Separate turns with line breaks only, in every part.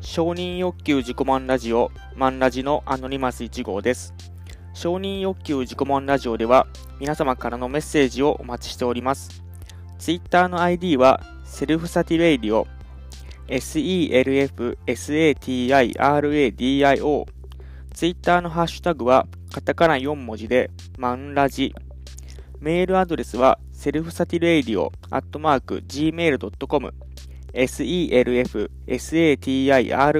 承認欲求自己満ラジオ、マンラジのアノニマス1号です。承認欲求自己満ラジオでは、皆様からのメッセージをお待ちしております。Twitter の ID は、セルフサティレイディオ、selfsatiradio。Twitter のハッシュタグは、カタカナ4文字で、マンラジ。メールアドレスは、セルフサティレイディオ、アットマーク、gmail.com。selfsatiradio ア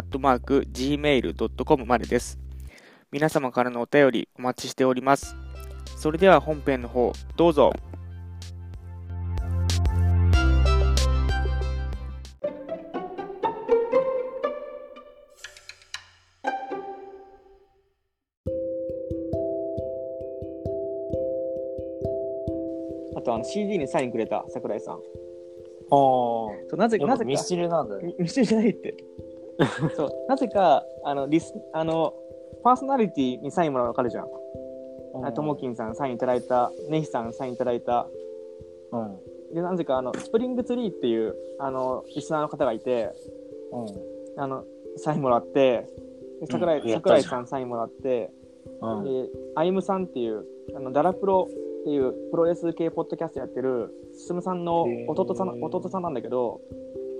ットマーク gmail.com までです。皆様からのお便りお待ちしております。それでは本編の方、どうぞ。あとあの CD にサインくれた桜井さん。
あ
そうなぜ
あ。
なぜか
ミスチルなんだね。
みミスチルじゃないって そうなぜかあのリスあのパーソナリティにサインもらうの分かるじゃんあともきんさんサインいただいたねひさんサインいただいた
うん。うん。
でなぜかあのスプリングツリーっていうあのリスナーの方がいてあのサインもらってで桜井,、
うんやった
桜
じゃん
井さんサインもらって、
うん。うん。
であゆむさんっていうあのダラプロっていうプロレス系ポッドキャストやってるすすむさんの
へー
弟さん弟さんなんだけど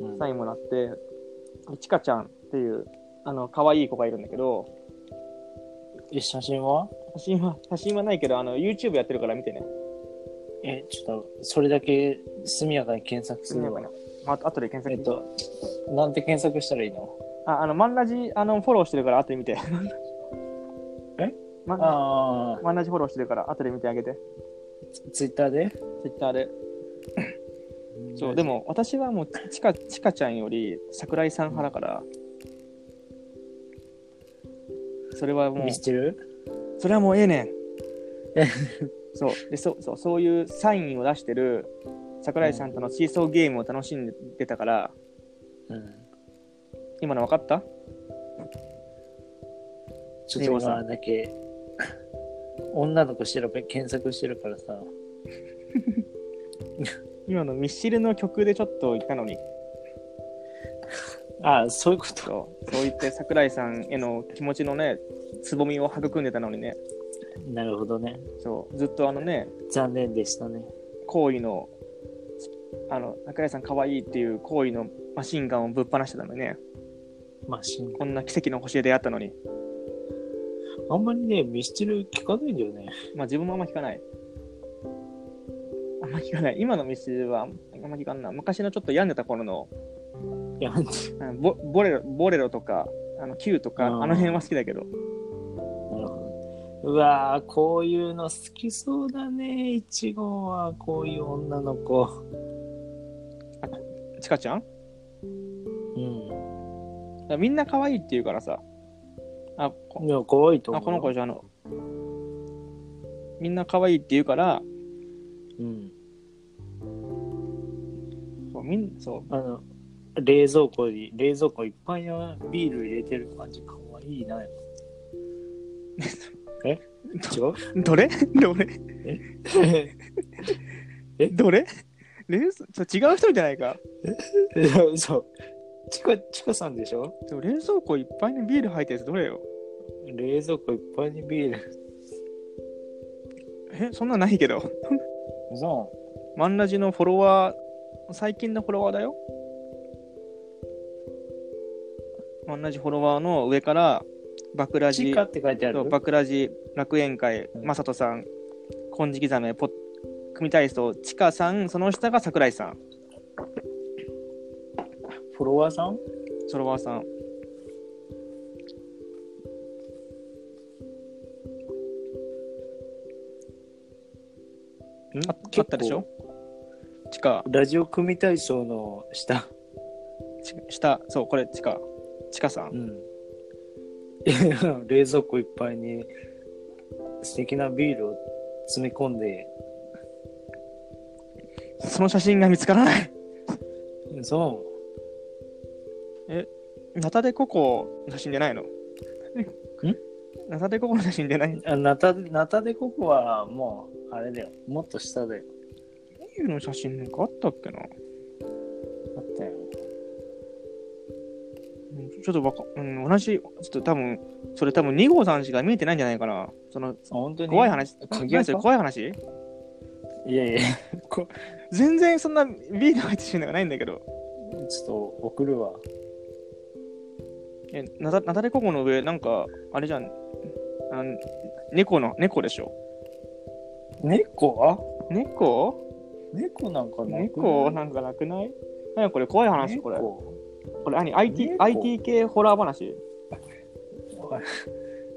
うん
サインもらって、ちかちゃんっていう、あの、可愛い子がいるんだけど、
え、写真は
写真は、写真はないけど、あの、YouTube やってるから見てね。
え、ちょっと、それだけ速やかに検索す
すみ
る
ま
わ
せん。。まあ、後で検
え
索
っと、なんて検索したらいいの
あ、あの、マンラジ、あの、フォローしてるから、後で見て。
え
マン
ああ、
マンラジフォローしてるから、後で見てあげて。
ツイッターで
Twitter で。そう、で
も。
も、私はもう、ちか、ちかちゃんより、桜井さん派だから、それはもう
ミ、スチル
それはもうええねん。そうでそうそうそういうサインを出してる桜井さんとのシーソーゲームを楽しんでたから、
うん。
今の分かった
ちょっと今だけ、 女の子調べ、検索してるからさ。
今のミッシルの曲でちょっと言ったのに
ああ、そういうこと。
そうそう言って桜井さんへの気持ちのねつぼみを育んでたのにね
なるほどね。
そうずっとあのね
残念でしたね。
好意のあの桜井さん可愛いっていう好意のマシンガンをぶっ放してたのにね
まあ、しん
こんな奇跡の星で出会ったのに
あんまりね、ミスチル聞かないんだよね。
まあ自分もあんま聞かない。あんま聞かない。今のミスはあんま聞かんな。昔のちょっと病んでた頃の、
いや、
あのボボレロボレロとか、あの Q とか、
うん
あの辺は好きだけど、
なるほど。うわーこういうの好きそうだね、いちごは。こういう女の子。
チカちゃんだか
うん。
らみんな可愛いって言うからさ。あ、こ
いや、可愛いと思
あ
う。
この子じゃあの、みんな可愛いって言うから、
うん。
そうみんそう
あの、冷蔵庫に、冷蔵庫いっぱいのビール入れてる感じ、可愛いな。え違 う
どれどれどれレースそう違う人じゃないか。
いや、嘘。ちか、ちかさんでしょ
そう冷蔵庫いっぱいにビール入ったやつどれよ
冷蔵庫いっぱいにビール。
え、そんなないけど。
嘘。
マンラジのフォロワー、最近のフォロワーだよ。マンラジフォロワーの上から、バクラ
ち
ジ
か、って書いてあ
そう
る。
バクラジ楽園会、
うん
マサトさん、金色ザメ、ポ組体操、チカさん、その下が桜井さん、
フォロワーさん
フォロワーさん。ああったでしょチカ、
ラジオ組体操の下。
チカ下、そう、これチカ、チカさん
う。ん。いや冷蔵庫いっぱいに素敵なビールを詰め込んで、
その写真が見つからない。
そ。
ナタデココの写真出ないのんナタデココの写真出ないう
あナタナタデココはもう、あれだよ。もっと下だよ。
ビールの写真なんかあったっけな
あったよ。
ちょっとわか、うん、同じ、ちょっと多分、それ多分2号さんしか見えてないんじゃないかな。その、
本当に
怖い話、
鍵開けた
何それ怖い話
いやいや、
全然そんなビール入ってるのがないんだけど。
ちょっと送るわ。
え、なだ、なだれここの上、なんか、あれじゃん。あの猫の、猫でしょ。
猫
猫
あ猫なんかなくない
猫なんかなくないなんかこれ怖い話、これ。
猫
これ何 ?IT、
猫
IT 系ホラー話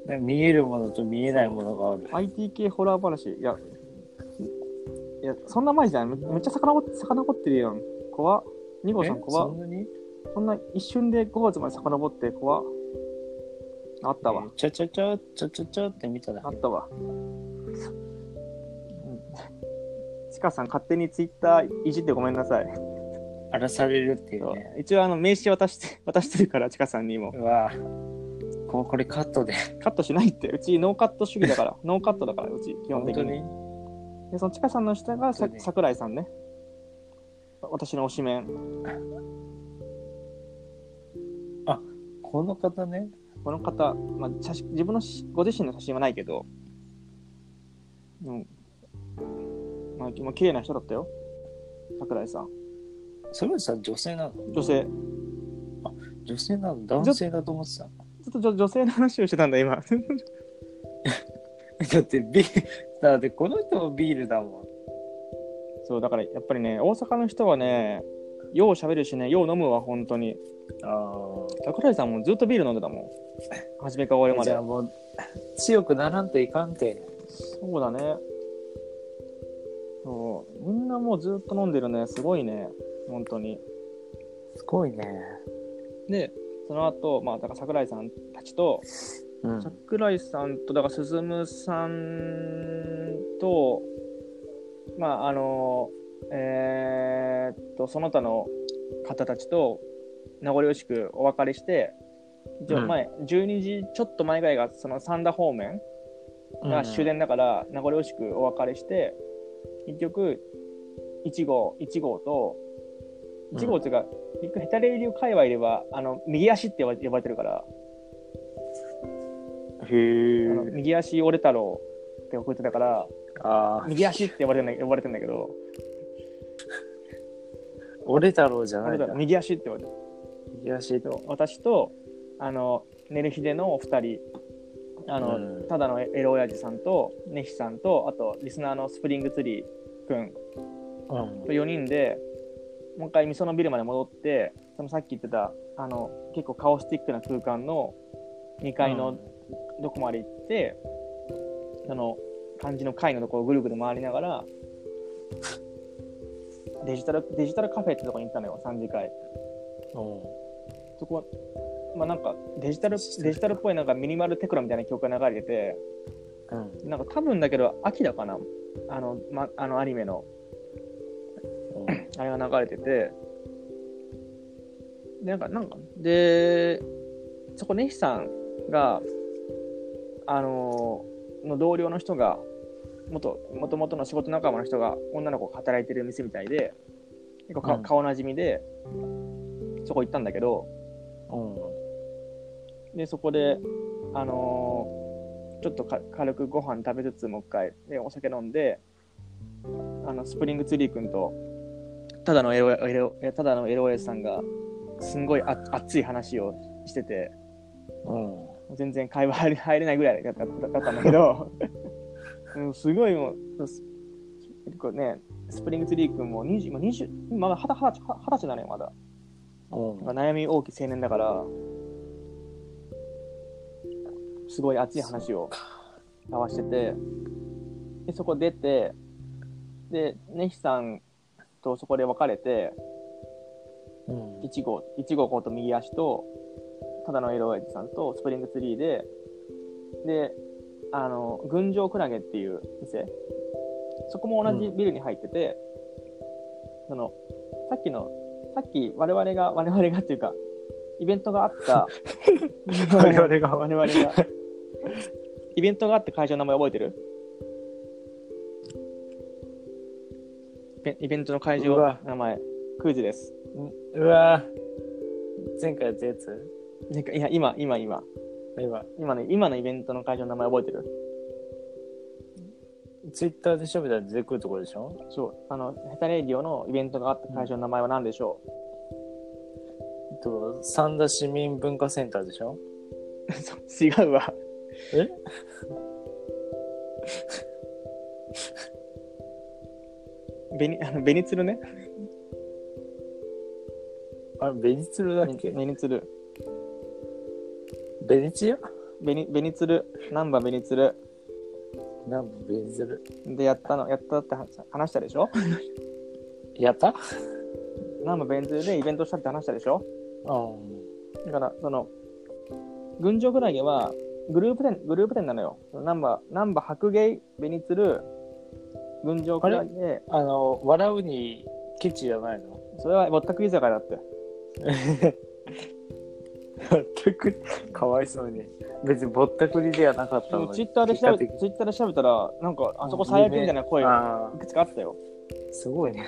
なんか見えるものと見えないものがある。
?IT 系ホラー話いや、いや、そんな前じゃん。めめっちゃ魚遡ってるやん。怖っ。二号さん
え
怖
そ
っ
んなに
そんな一瞬で5月まで遡って怖っ。あったわ。
ちゃちゃちゃ、ちゃちゃちゃって見ただ
あっ
け。
たわ。ちかさん、勝手にツイッターいじってごめんなさい。
荒らされるっていうね。
一応、あの、名刺渡して、 渡してるから、ちかさんにも。
うわここれカットで。
カットしないって、うちノーカット主義だから、ノーカットだから、うち、基本
本
的
当
に。
に
で、そのちかさんの下がさ
本当に
桜井さんね。私の推しメン。
この方ね。
この方、まあ、写真自分のしご自身の写真はないけど、うん。まあ、もう綺麗な人だったよ。桜井さん。
それよりさ、女性なの
女性。
女性なの男性だと思ってた。
ちょっと女女性の話をしてたんだ、今。
だってビール、だってこの人もビールだもん。
そう、だからやっぱりね、大阪の人はね、よう喋るしね、よう飲むわ、本当に。
あ
桜井さんもずっとビール飲んでた もん。初めから終わりま
あ。じ
で
ゃあ。もう、強くならんといかんて。
そうだね。そう、みんなもうずっと飲んでるね、すごいね、本当に。
すごいね。
で、その後、まあ、だから桜井さんたちと、
うん。
桜井さんと、だから進さんと、まあ、あの、えーっと、その他の方たちと、名残惜しくお別れして、一応前、12時ちょっと前ぐらいが、その三田方面が終電だから、名残惜しくお別れして、結局、1号、1号と、1号っていうか、結局ヘタレ流界隈では、あの、右足って呼ば呼ばれてるから、あの
へえ。
右足折れ太郎って送ってたから、
ああ、
右足って呼ばれてんだ呼ばれてんだけど、
俺太郎じゃな
俺
い
だ
ん
か
だ
ら。右足って呼ばれてる
右足
そう私と、あの、ねるひでのお二人、あの、
うん
ただのエロ親父さんと、ねひさんと、あと、リスナーのスプリングツリーくん
うん
と4人で、もう一回味噌のビルまで戻って、そのさっき言ってた、あの、結構カオスティックな空間の2階のどこまで行って、その漢字の階のところをぐるぐる回りながら、デジタル、デジタルカフェってとこに行ったのよ、3次会。
うん
そこは、まあなんかデジタル、デジタルっぽいなんかミニマルテクノみたいな曲が流れてて、
うん
なんか多分だけど、秋だかなあの、ま、あのアニメの、
うん
あれが流れてて、で、なんか、なんか、で、そこ、ネヒさんが、あのーの同僚の人が、元、元々の仕事仲間の人が、女の子が働いてる店みたいで、結構か、
うん
顔なじみで、そこ行ったんだけど、で、そこで、あのーちょっとか軽くご飯食べつつ、もう一回、で、お酒飲んで、あの、スプリングツリー君と、ただのエロ、エロ、えただのエロエさんが、すんごいあ熱い話をしてて、
うん
全然会話 入れ入れないぐらいだっただったんだけど、 うん、すごいもう、す結構ね、スプリングツリー君も20、もう20、まだ二十二十歳二十歳なのよ、まだ。
うん
まあ悩み大きい青年だから、すごい熱い話を交わしてて、でそこ出て、で、ネヒさんとそこで別れて、
うん
1号、1号こと右足と、ただのエロエイジさんとスプリングツリーで、で、あの、群青クラゲっていう店、そこも同じビルに入ってて、その、さっきの、さっき我々が、我々がっていうか、イベントがあ った、
我々が
我々が、イベントがあって会場の名前覚えてるイベイベントの会場
う
の
わ
名前、クイズです。
うわ前回やったやつ
なんかいや今今今
例えば、
今の今のイベントの会場の名前覚えてる
ツイッターで調べたら出てくるところでしょ
そうあのヘタレディオのイベントがあった会場の名前は何でしょ
えっと、三田市民文化センターでしょ
う、 そう違うわ
え
ベニあのベニツルね
あれ、ベニツルだっけ
ベニツル
ベニチア
ベニベニツル難波ベニツル
なんかベニツル。
でやったのやったって話話したでしょ
やった
難波ベニツルでイベントしたって話したでしょ
うん。
だから、その、群青クラゲは、グループ店、グループ店なのよ。ナンバー、ナンバー白芸、ベニツル、群青クラゲ、
あの、笑うにケチじゃないの
それはぼったくり居酒屋だって。
全く、かわいそうに。別にぼったくりではなかっ
で
たの
も
に。
ツイッターで調べ、
結果的
ツイッターで調べたら、なんか、あそこ最悪みたいな声が
あ
いくつかあったよ。
あ、すごいね。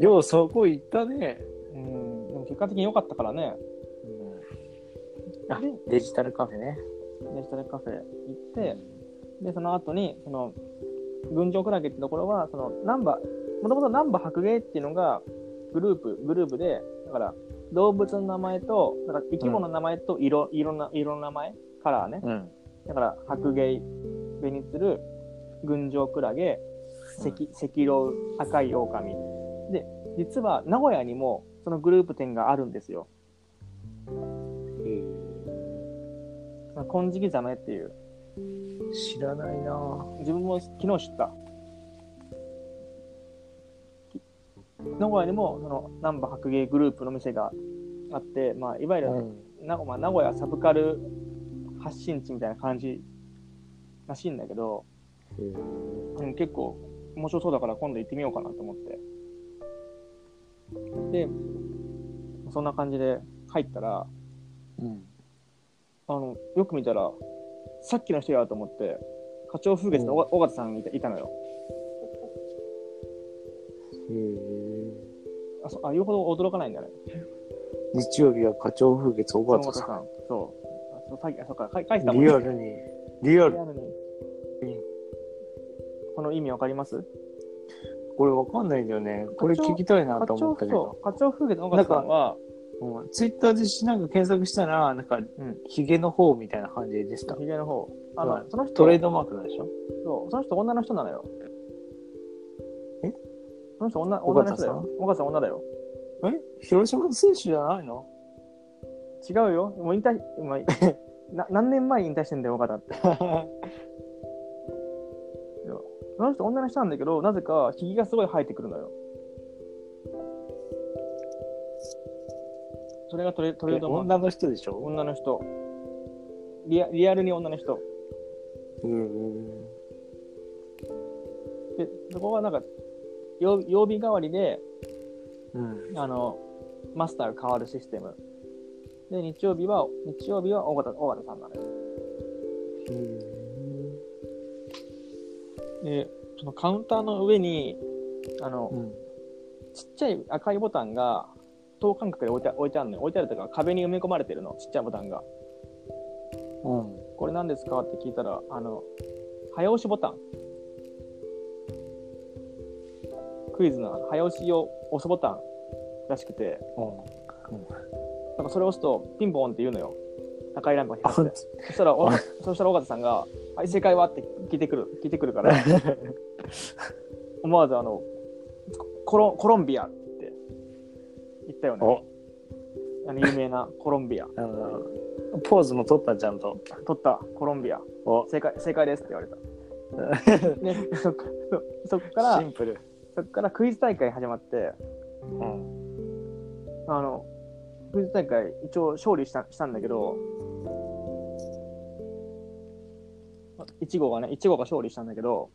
ようそこ行ったね。
うん、でも結果的に良かったからね。
あデジタルカフェね。
デジタルカフェ行って、で、その後に、その、群青クラゲってところは、その、ナンバー、もともとナンバー白芸っていうのが、グループ、グループで、だから、動物の名前と、だから生き物の名前と色、色な、色の名前、カラーね。
うん。
だから、白芸、ベニツル、群青クラゲ、赤、赤狼、赤い狼。で、実は名古屋にも、そのグループ店があるんですよ。その金色ザメっていう。
知らないな
自分も昨日知ったき名古屋にもその難波白芸グループの店があって、まあ、いわゆる、なまあ、名古屋サブカル発信地みたいな感じらしいんだけど、うん、結構面白そうだから今度行ってみようかなと思ってでそんな感じで入ったら
うん。
あのよく見たらさっきの人やと思って課長風月の尾尾形さんがいたいたのよあそうあ言うほど驚かないんだね
日曜日は課長風月小畑さ
ん。そう。あそう、さっき、あそうか、か書いてた
ん。
もんね
リアルに、リア
リ
ル
ア。ルに。この意味わかります
これわかんないんだよね。これ聞きたいな
課
と思
長、
ったけど。
そう、課長風月の岡田さんは、
うん、ツイッターでしなんか検索したら、なんか、
ん
ヒゲの方みたいな感じでした。
ヒゲの方。あの、
はい
その人、
トレードマークなんでしょ
そうその人女の人なのよ。
え
その人女、
尾
女
形
の人だ
さん
よ。岡田さん女だよ。
え広島の選手じゃないの
違うよ。もう引退、今、 な何年前に引退してんだよ、岡田って。その人女の人なんだけど、なぜか、ヒゲがすごい生えてくるのよ。それがトレトレードマーク
女の人でしょ
女の人リアリアルに女の人
うん。
でそこはなんか曜曜日代わりで
うん。
あのマスターが変わるシステムで日曜日は日曜日は尾形尾形さんなのよでそのカウンターの上にあの、
うん。
ちっちゃい赤いボタンが等間隔で置いて置いてあるのよ置いてあるというか壁に埋め込まれてるのちっちゃいボタンが
うん。
これ何ですかって聞いたらあの早押しボタンクイズのあの早押しを押すボタンらしくてなんかそれを押すとピンポンって言うのよ赤いランプが光ってそし たらおそしたら尾形さんが「はい正解は?」って聞いてくる聞いてくるから思わずあのコロンコロンビアって言ったよね
お
あの有名なコロンビア
あの、ポーズも取った、ちゃんと。
取ったコロンビア
お
正解正解ですって言われた でそっかそそっから
シンプル。
そっからクイズ大会始まって、
うん。
あの、クイズ大会一応勝利したしたんだけど、1号がね、1号が勝利したんだけど、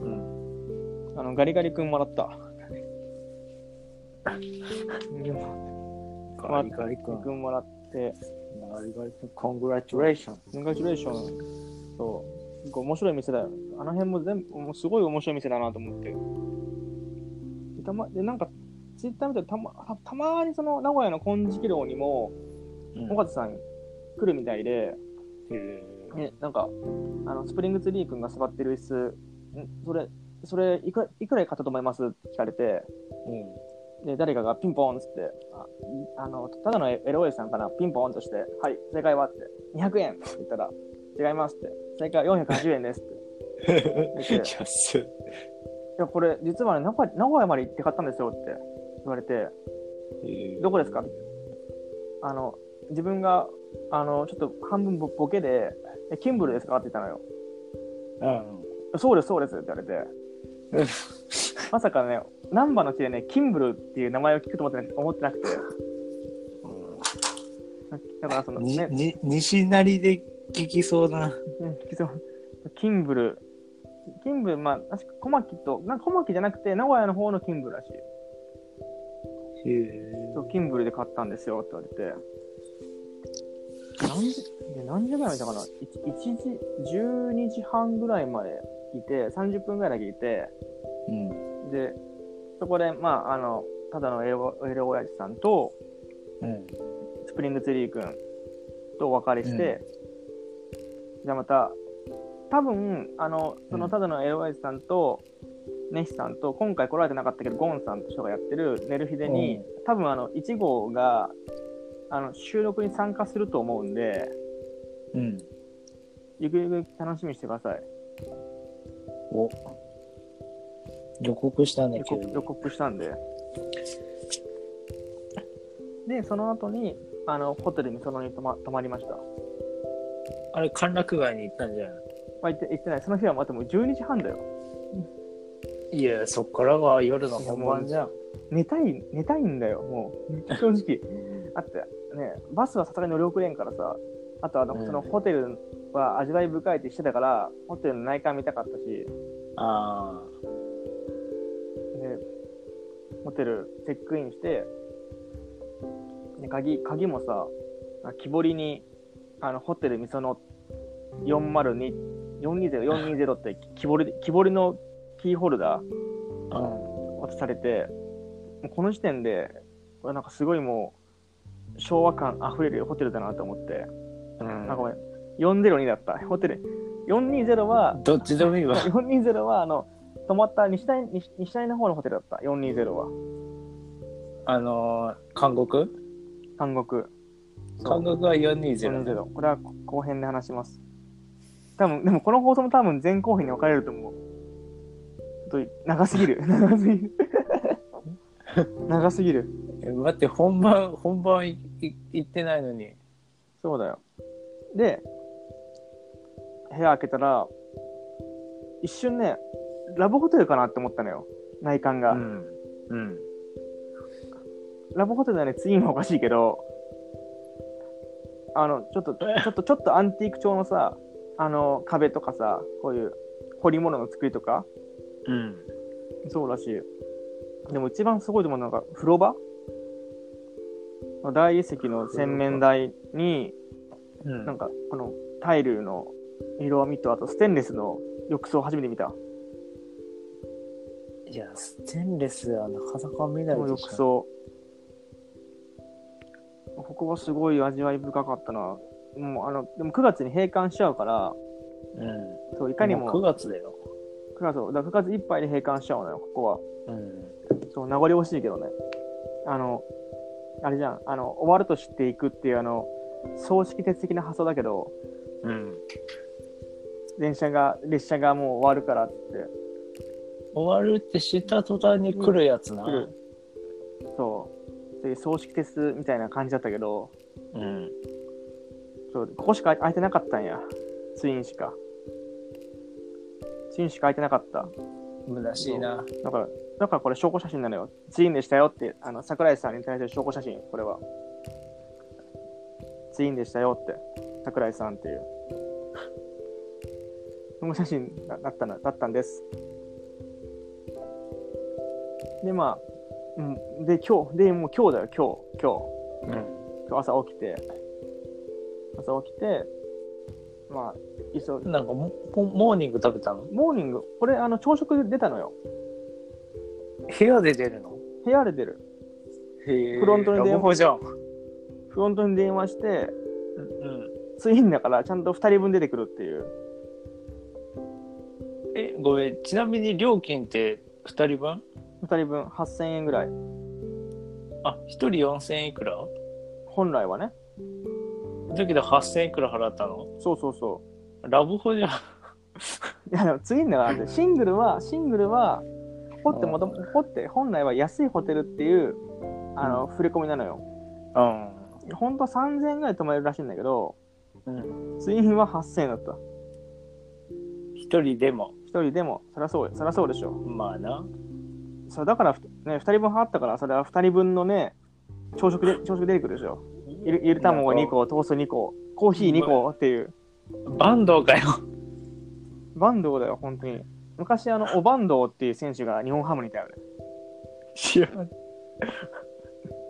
うん。
あの、ガリガリ君もら った。でも
ガリガリ君。
君もらって、
ガリガリ君、コングラチュレーション。
コングラチュレーション、そう、結構面白い店だよ。あの辺も全部、もうすごい面白い店だなと思って。でたま、で、なんか、ツイッター見たらたま、たたまにその名古屋の金色楼にも、
うん
尾形さん来るみたいで、
えー
ね、なんか、あの、スプリングツリー君が座ってる椅子、んそれ、それいくら、いくらで買ったと思いますって聞かれて、
うん
で、誰かがピンポンっつって、ああの、ただの LOA さんかな、ピンポンとして、はい、正解はって、200円って言ったら、違いますって、正解は480円ですって。
安い。
いや、これ、実はね、名古屋名古屋まで行って買ったんですよって言われて、
えー
どこですかあの、自分が、あの、ちょっと半分ボボケで、え、キンブルですかって言ったのよ。
うん。
そうです、そうですって言わ
う
れて。まさかね、難波の地でね、キンブルっていう名前を聞くと思ってな思ってなくて、だからその
に
ね、
に西成で聞きそうな。
ねそうキンブル、キンブル、まあ、確か小牧と、なんか小牧じゃなくて、名古屋の方のキンブルらしい。
へー
そう、キンブルで買ったんですよって言われて。何時、いや何時ぐらいまでいたかな ?1 時、12時半ぐらいまでいて、30分ぐらいだけいて、
うん。
で、そこで、まあ、あの、ただのエロ、エロ親父さんと、
うん。
スプリングツリー君とお別れして、じゃあまた、多分、あの、そうの
ん
ただのエロ親父さんと、ネヒさんと、今回来られてなかったけど、ゴンさんと人がやってるネルヒデに、
うん
多分あの、1号が、あの、収録に参加すると思うんで、
うん。
ゆくゆく楽しみにしてください。
お。予告したね
予、告予告したんで。で、その後に、あの、ホテルにそのに泊ま泊まりました。
あれ、歓楽街に行ったんじゃない
まあ、行って行ってない。その日はまたもう12時半だよ。
いや、そっからが夜の本番じゃん。
寝たい、寝たいんだよ、もう。正直。だって、ね、バスはさすがに乗り遅れんからさ、あとあの、
うん
そのホテルは味わい深いってしてたから、ホテルの内観見たかったし、で、
ああ。
ホテルチェックインして、で鍵、鍵もさ、あ木彫りに、あの、ホテルみその402、420、420って木彫りで、木彫りのキーホルダー、
うん。
渡されてもうこの時点でうわなんかすごいもう昭和感あふれるホテルだなと思って、
うん
あごめん402だったホテル420は
どっちでもいいわ。
420はあの泊まった西大西西大の方のホテルだった420は
あのー、韓国
韓国
韓国は420だ。
420これはこ後編で話します多分でもこの放送も多分前後編に分かれると思うちょっと長すぎる 長すぎる長すぎる
え待って、本番、本番いい行ってないのに。
そうだよ。で、部屋開けたら、一瞬ね、ラブホテルかなって思ったのよ。内観
う
が。
ん。うん。
ラブホテルだね、ツインはおかしいけど、あの、ちょ っと、ちょっと、ちょっとアンティーク調のさ、あの、壁とかさ、こういう彫り物の作りとか、
うん。
そうらしい。でも一番すごいと思うのが、風呂場大理石の洗面台に、
うん
なんかこのタイルの色味とあとステンレスの浴槽を初めて見た。
いや、ステンレスはなかなか見な
こ
い
の浴
でしょ。
槽。ここはすごい味わい深かったな。もうあの、でも9月に閉館しちゃうから、
うん。
そういかに
も
も
う9月だよ。
9月を、だから9月いっぱいで閉館しちゃうのよ、ここは。
うん。
そう、名残惜しいけどね。あの、あれじゃん、あの、終わると知っていくっていうあの、葬式鉄的な発想だけど、
うん。
電車が、列車がもう終わるからって言って、
終わるって知った途端に来るやつな。
来る。そう。そういう葬式鉄みたいな感じだったけど、
うん。
そう、ここしか空いてなかったんや。ツインしか。ツインしか空いてなかった。
虚しいな。
だから、だからこれ証拠写真なのよ。ツインでしたよって、あの、桜井さんに対する証拠写真、これは。ツインでしたよって、桜井さんっていう。 その写真だだったな、だったんです。で、まあ、うん。で、今日、で、もう今日だよ、今日、今日。
うん。
今日朝起きて朝起きてまあ急い
なんかモ、モモーニング食べたの
モーニングこれあの朝食出たのよ
部屋で出るの
部屋で出る
へえ
フロントに電話
ラブホじゃん。
フロントに電話して、
うん。
ツインだからちゃんと2人分出てくるっていう。
え、ごめん。ちなみに料金って2人分
2人分8000円ぐらい。
あ、1人4000いくら
本来はね。
だけど8000いくら払ったの
そうそうそ
ラブホじゃん。
う。いやでもツインだからって、シングルは、シングルは、ホってもとも、ホって本来は安いホテルっていう、あの、振り込みなのよ。本当は3000円ぐらい泊まれるらしいんだけど、
うん。
ツインは8000円だった。
1人でも。
一人でも、そりゃそう、そりゃそうでしょ。
まあな。
それだから、ふね、二人分払ったから、それは二人分のね、朝食で、朝食出てくるでしょ。ゆるゆる卵2個、トースト2個、コーヒー2個っていう。
バンドか よ。
バンドだよ、本当に。昔、あの、おバンドっていう選手が日本ハムにいたよね。
知らん。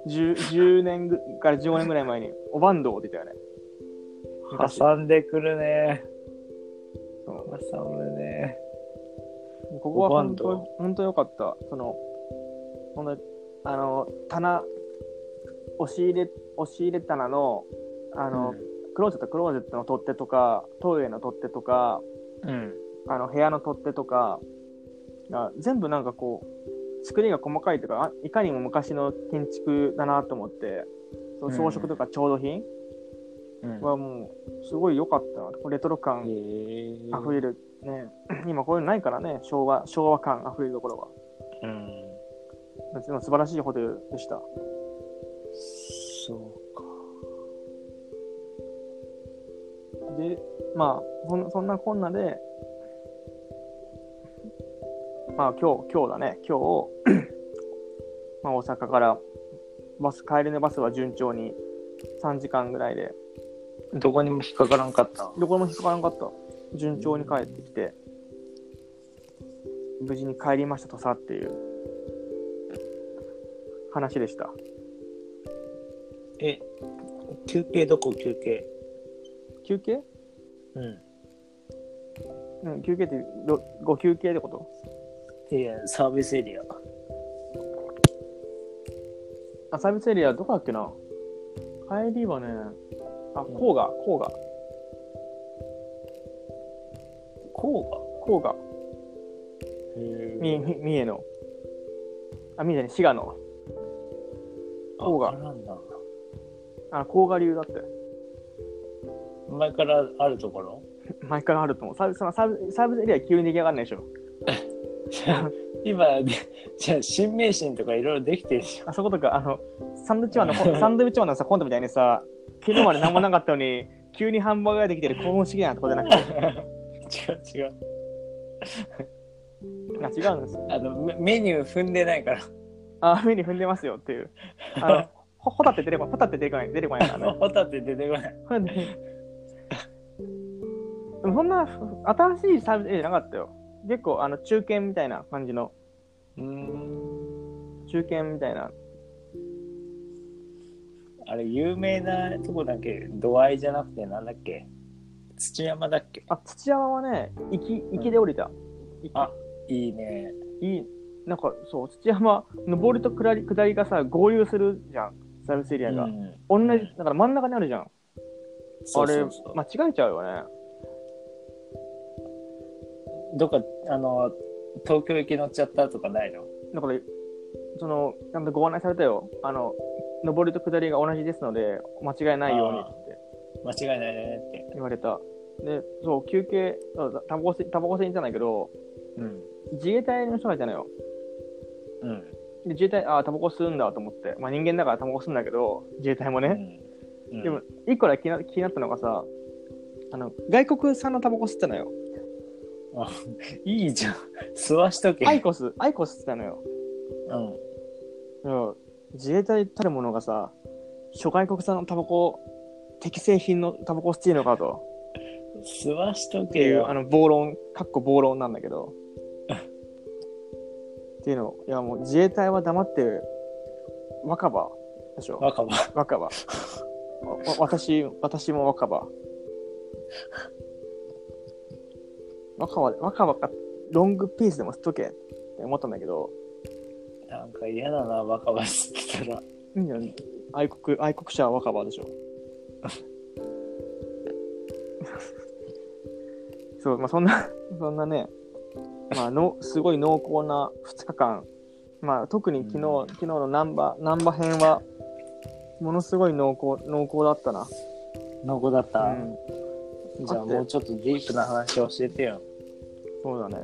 10, 10年ぐから15年ぐらい前に、おバンドって言ったよね。昔。
挟んでくるね。
そう
挟むね。
ここは本
おバン
当、本当良かった。その、ほんとあの、棚、押し入れ、押し入れ棚の、あの、クローゼットクローゼットの取っ手とかトイレの取っ手とか
うん。
あの部屋の取っ手とかが全部なんかこう作りが細かいとかあいかにも昔の建築だなと思ってその装飾とか調度品
うん。
はもうすごい良かったなこうレトロ
え
感
ー
あふれる、ね、今こういうのないからね昭和昭和感あふれるところ
うん。
はでも素晴らしいホテルでした
そうか。
でまあそんそんなこんなでまあ今日今日だね今日 まあ大阪からバス帰りのバスは順調に3時間ぐらいで
どこにも引っかからんかった。
どこにも引っかからなかった順調に帰ってきて無事に帰りましたとさっていう話でした
え、休憩どこ休憩
休憩、
う
うん、休憩ってどご休憩ってこと
ん。いや、サービスエリア。
あサービスエリアどこだっけな帰りはね、あ、甲賀、甲賀、
こ
甲賀、
うが。へ
み、み、三重の。あ、三重じゃない、滋賀の。こうが
あなんだ。
あ、甲賀流だって。
前からあると ころ
前からあると思う。サービス、そのサービスサービスエリア急に出来上がんないでしょ。
今、でじゃあ、新名神とかいろいろできてるでしょ。
あそことか、あの、サンドウィッチマンのこ、サンドウィッチマンのさ、コントみたいにさ、昨日まで何もなかったのに、急にハンバーガーできてる興奮しきなとこじゃなくて、
違う違う。
あ違うんです。
あの、メメニュー踏んでないから。
あ、目に踏んでますよっていう。あ の、ほホタテ出てこない、ホタテ出てこない、出てこないからね。
ホタテ出てこない。
これねでもそんな新しいサービスエリアじゃなかったよ。結構あの中堅みたいな感じの、
うん。
中堅みたいな。
あれ、有名なとこだっけ度合いじゃなくて、なんだっけ土山だっけ
あ、土山はね、行き、行きで降りた。
あいいね。
いい、なんかそう、土山、上りと下り下りがさ、合流するじゃん、サービスエリアが。
うん
同じ、だから真ん中にあるじゃん。
そうそうそう
あれ、間違えちゃうよね。
どっか、あの、東京行き乗っちゃったとかないの
だから、その、ちゃんとご案内されたよ。あの、上りと下りが同じですので、間違えないようにって。
間違いないねって。
言われた。で、そう、休憩、そうタバコ吸い、タバコ吸いに行ったんだけど、
うん。
自衛隊の人がいたのよ。
うん。
で、自衛隊、ああ、タバコ吸うんだと思って。まあ人間だからタバコ吸うんだけど、自衛隊もね。
うん
でも、一個だけ気にな気になったのがさ、あの、外国産のタバコ吸ってたのよ。
いいじゃん。 吸わしとけ。
アイコス、アイコス吸ってたのよ。
うん。
うん自衛隊たるものがさ、諸外国産のタバコ、適正品のタバコ吸っていいのかと。
吸わしと
って
け
いう、
よ。
あの、暴論、かっこ暴論なんだけど。っていうの、いやもう自衛隊は黙ってる若葉でしょ
若葉。
若葉。わわ私、私も若葉。若葉、若葉か、ロングピースでも吸っとけって思ったんだけど、
なんか嫌だな、若葉吸ってたら。
いいんじゃない愛国、愛国者若葉でし ょ。そう、まあそんな、そんなね、まあの、すごい濃厚な2日間。まあ特に昨日、
うん
昨日の難波、難波編は、ものすごい濃厚、濃厚だったな。
濃厚だった、
うん。
じゃあもうちょっとディープな話教えてよ
そうだね。